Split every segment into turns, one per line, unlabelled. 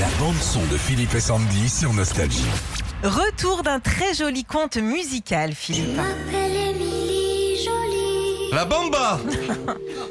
La bande son de Philippe et Sandy sur Nostalgie.
Retour d'un très joli conte musical, Philippe.
m'appelle Émilie Jolie.
La bamba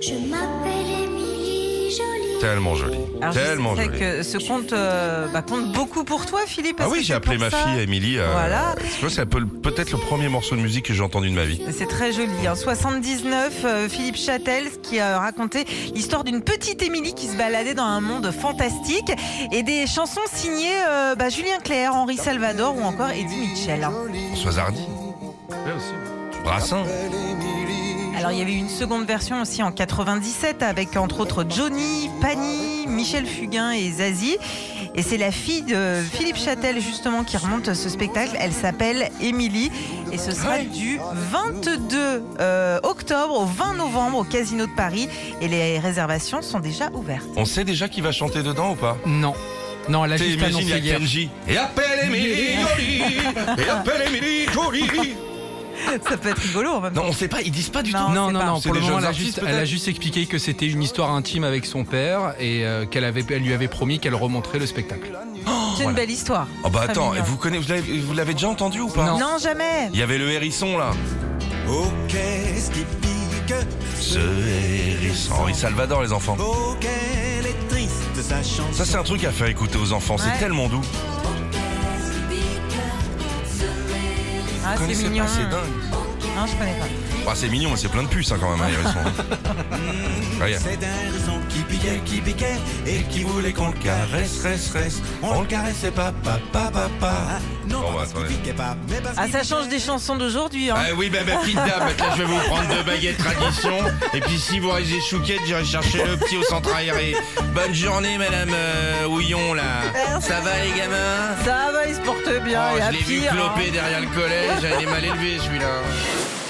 Je m'appelle Émilie Jolie.
Tellement jolie.
Alors, je
Tellement
sais
jolie.
que ce conte euh, bah, compte beaucoup pour toi, Philippe.
Ah
parce
oui,
que
j'ai
c'est
appelé ma
pour ça.
fille Émilie. euh,
Voilà.
Tu vois, c'est un peu le- peut-être le premier morceau de musique que j'ai entendu de ma vie.
C'est très joli. En 79, euh, Philippe Châtel qui a raconté l'histoire d'une petite Émilie qui se baladait dans un monde fantastique et des chansons signées euh, bah, Julien Clerc, Henri Salvador ou encore Eddie Mitchell.
Françoise Hardy. Brassin.
Alors il y avait eu une seconde version aussi en 97 avec entre autres Johnny, Pani, Michel Fugain et Zazie. Et c'est la fille de Philippe Châtel justement qui remonte ce spectacle. Elle s'appelle Émilie et ce sera du 22 euh, octobre au 20 novembre au Casino de Paris et les réservations sont déjà ouvertes.
On sait déjà qui va chanter dedans ou pas
Non. Non, elle a
T'sais,
juste
Imagine, il y
annoncé
a
hier.
Kenji. Et appelle Émilie Jolie Et appelle Émilie Jolie
Ça peut être rigolo en même temps.
Non, on sait pas, ils disent pas du
Non.
tout.
c'est
Non,
pas-
non, non.
c'est
Pour le
des
moment,
jeunes
elle a,
artistes,
juste,
peut-être
elle a juste expliqué que c'était une histoire intime avec son père et euh, qu'elle avait, elle lui avait promis qu'elle remonterait le spectacle.
C'est une belle histoire.
Oh bah
Très
attends,
mignon.
vous connaissez, vous l'avez- vous l'avez déjà entendu ou pas
Non.
Non jamais.
Il y avait le hérisson là.
Oh, qu'est-ce qui pique
Ce hérisson. Henri Salvador, les enfants.
Oh, qu'elle est triste, sa chanson.
Ça, c'est un truc à faire écouter aux enfants,
Ouais.
c'est tellement doux.
Ah,
Vous
c'est
connaissez
mignon.
pas, c'est dingue.
Non je connais pas.
Ah, c'est mignon, mais c'est plein de puces hein, quand même, hein, les hérissons. hein. Regarde.
C'est un raison qui piquait, qui piquait, et qui voulait qu'on le caresse, reste, reste. On le caressait pas, pas, pas, pas, pas. Non,
Bon, bah,
parce qu'il
attendez.
piquait pas, mais parce
Ah
qu'il
ça change des chansons d'aujourd'hui. Hein.
Ah oui, bah, ma petite dame, là, je vais vous prendre deux baguettes tradition. Et puis, si vous restez chouquette, j'irai chercher le petit au centre aéré. Bonne journée, madame euh, Houillon, là. Ça va, les gamins
Ça va, il se porte bien.
Oh,
Ah, il y a
Je l'ai vu
pire, hein.
cloper derrière le collège, il est mal élevé, celui-là.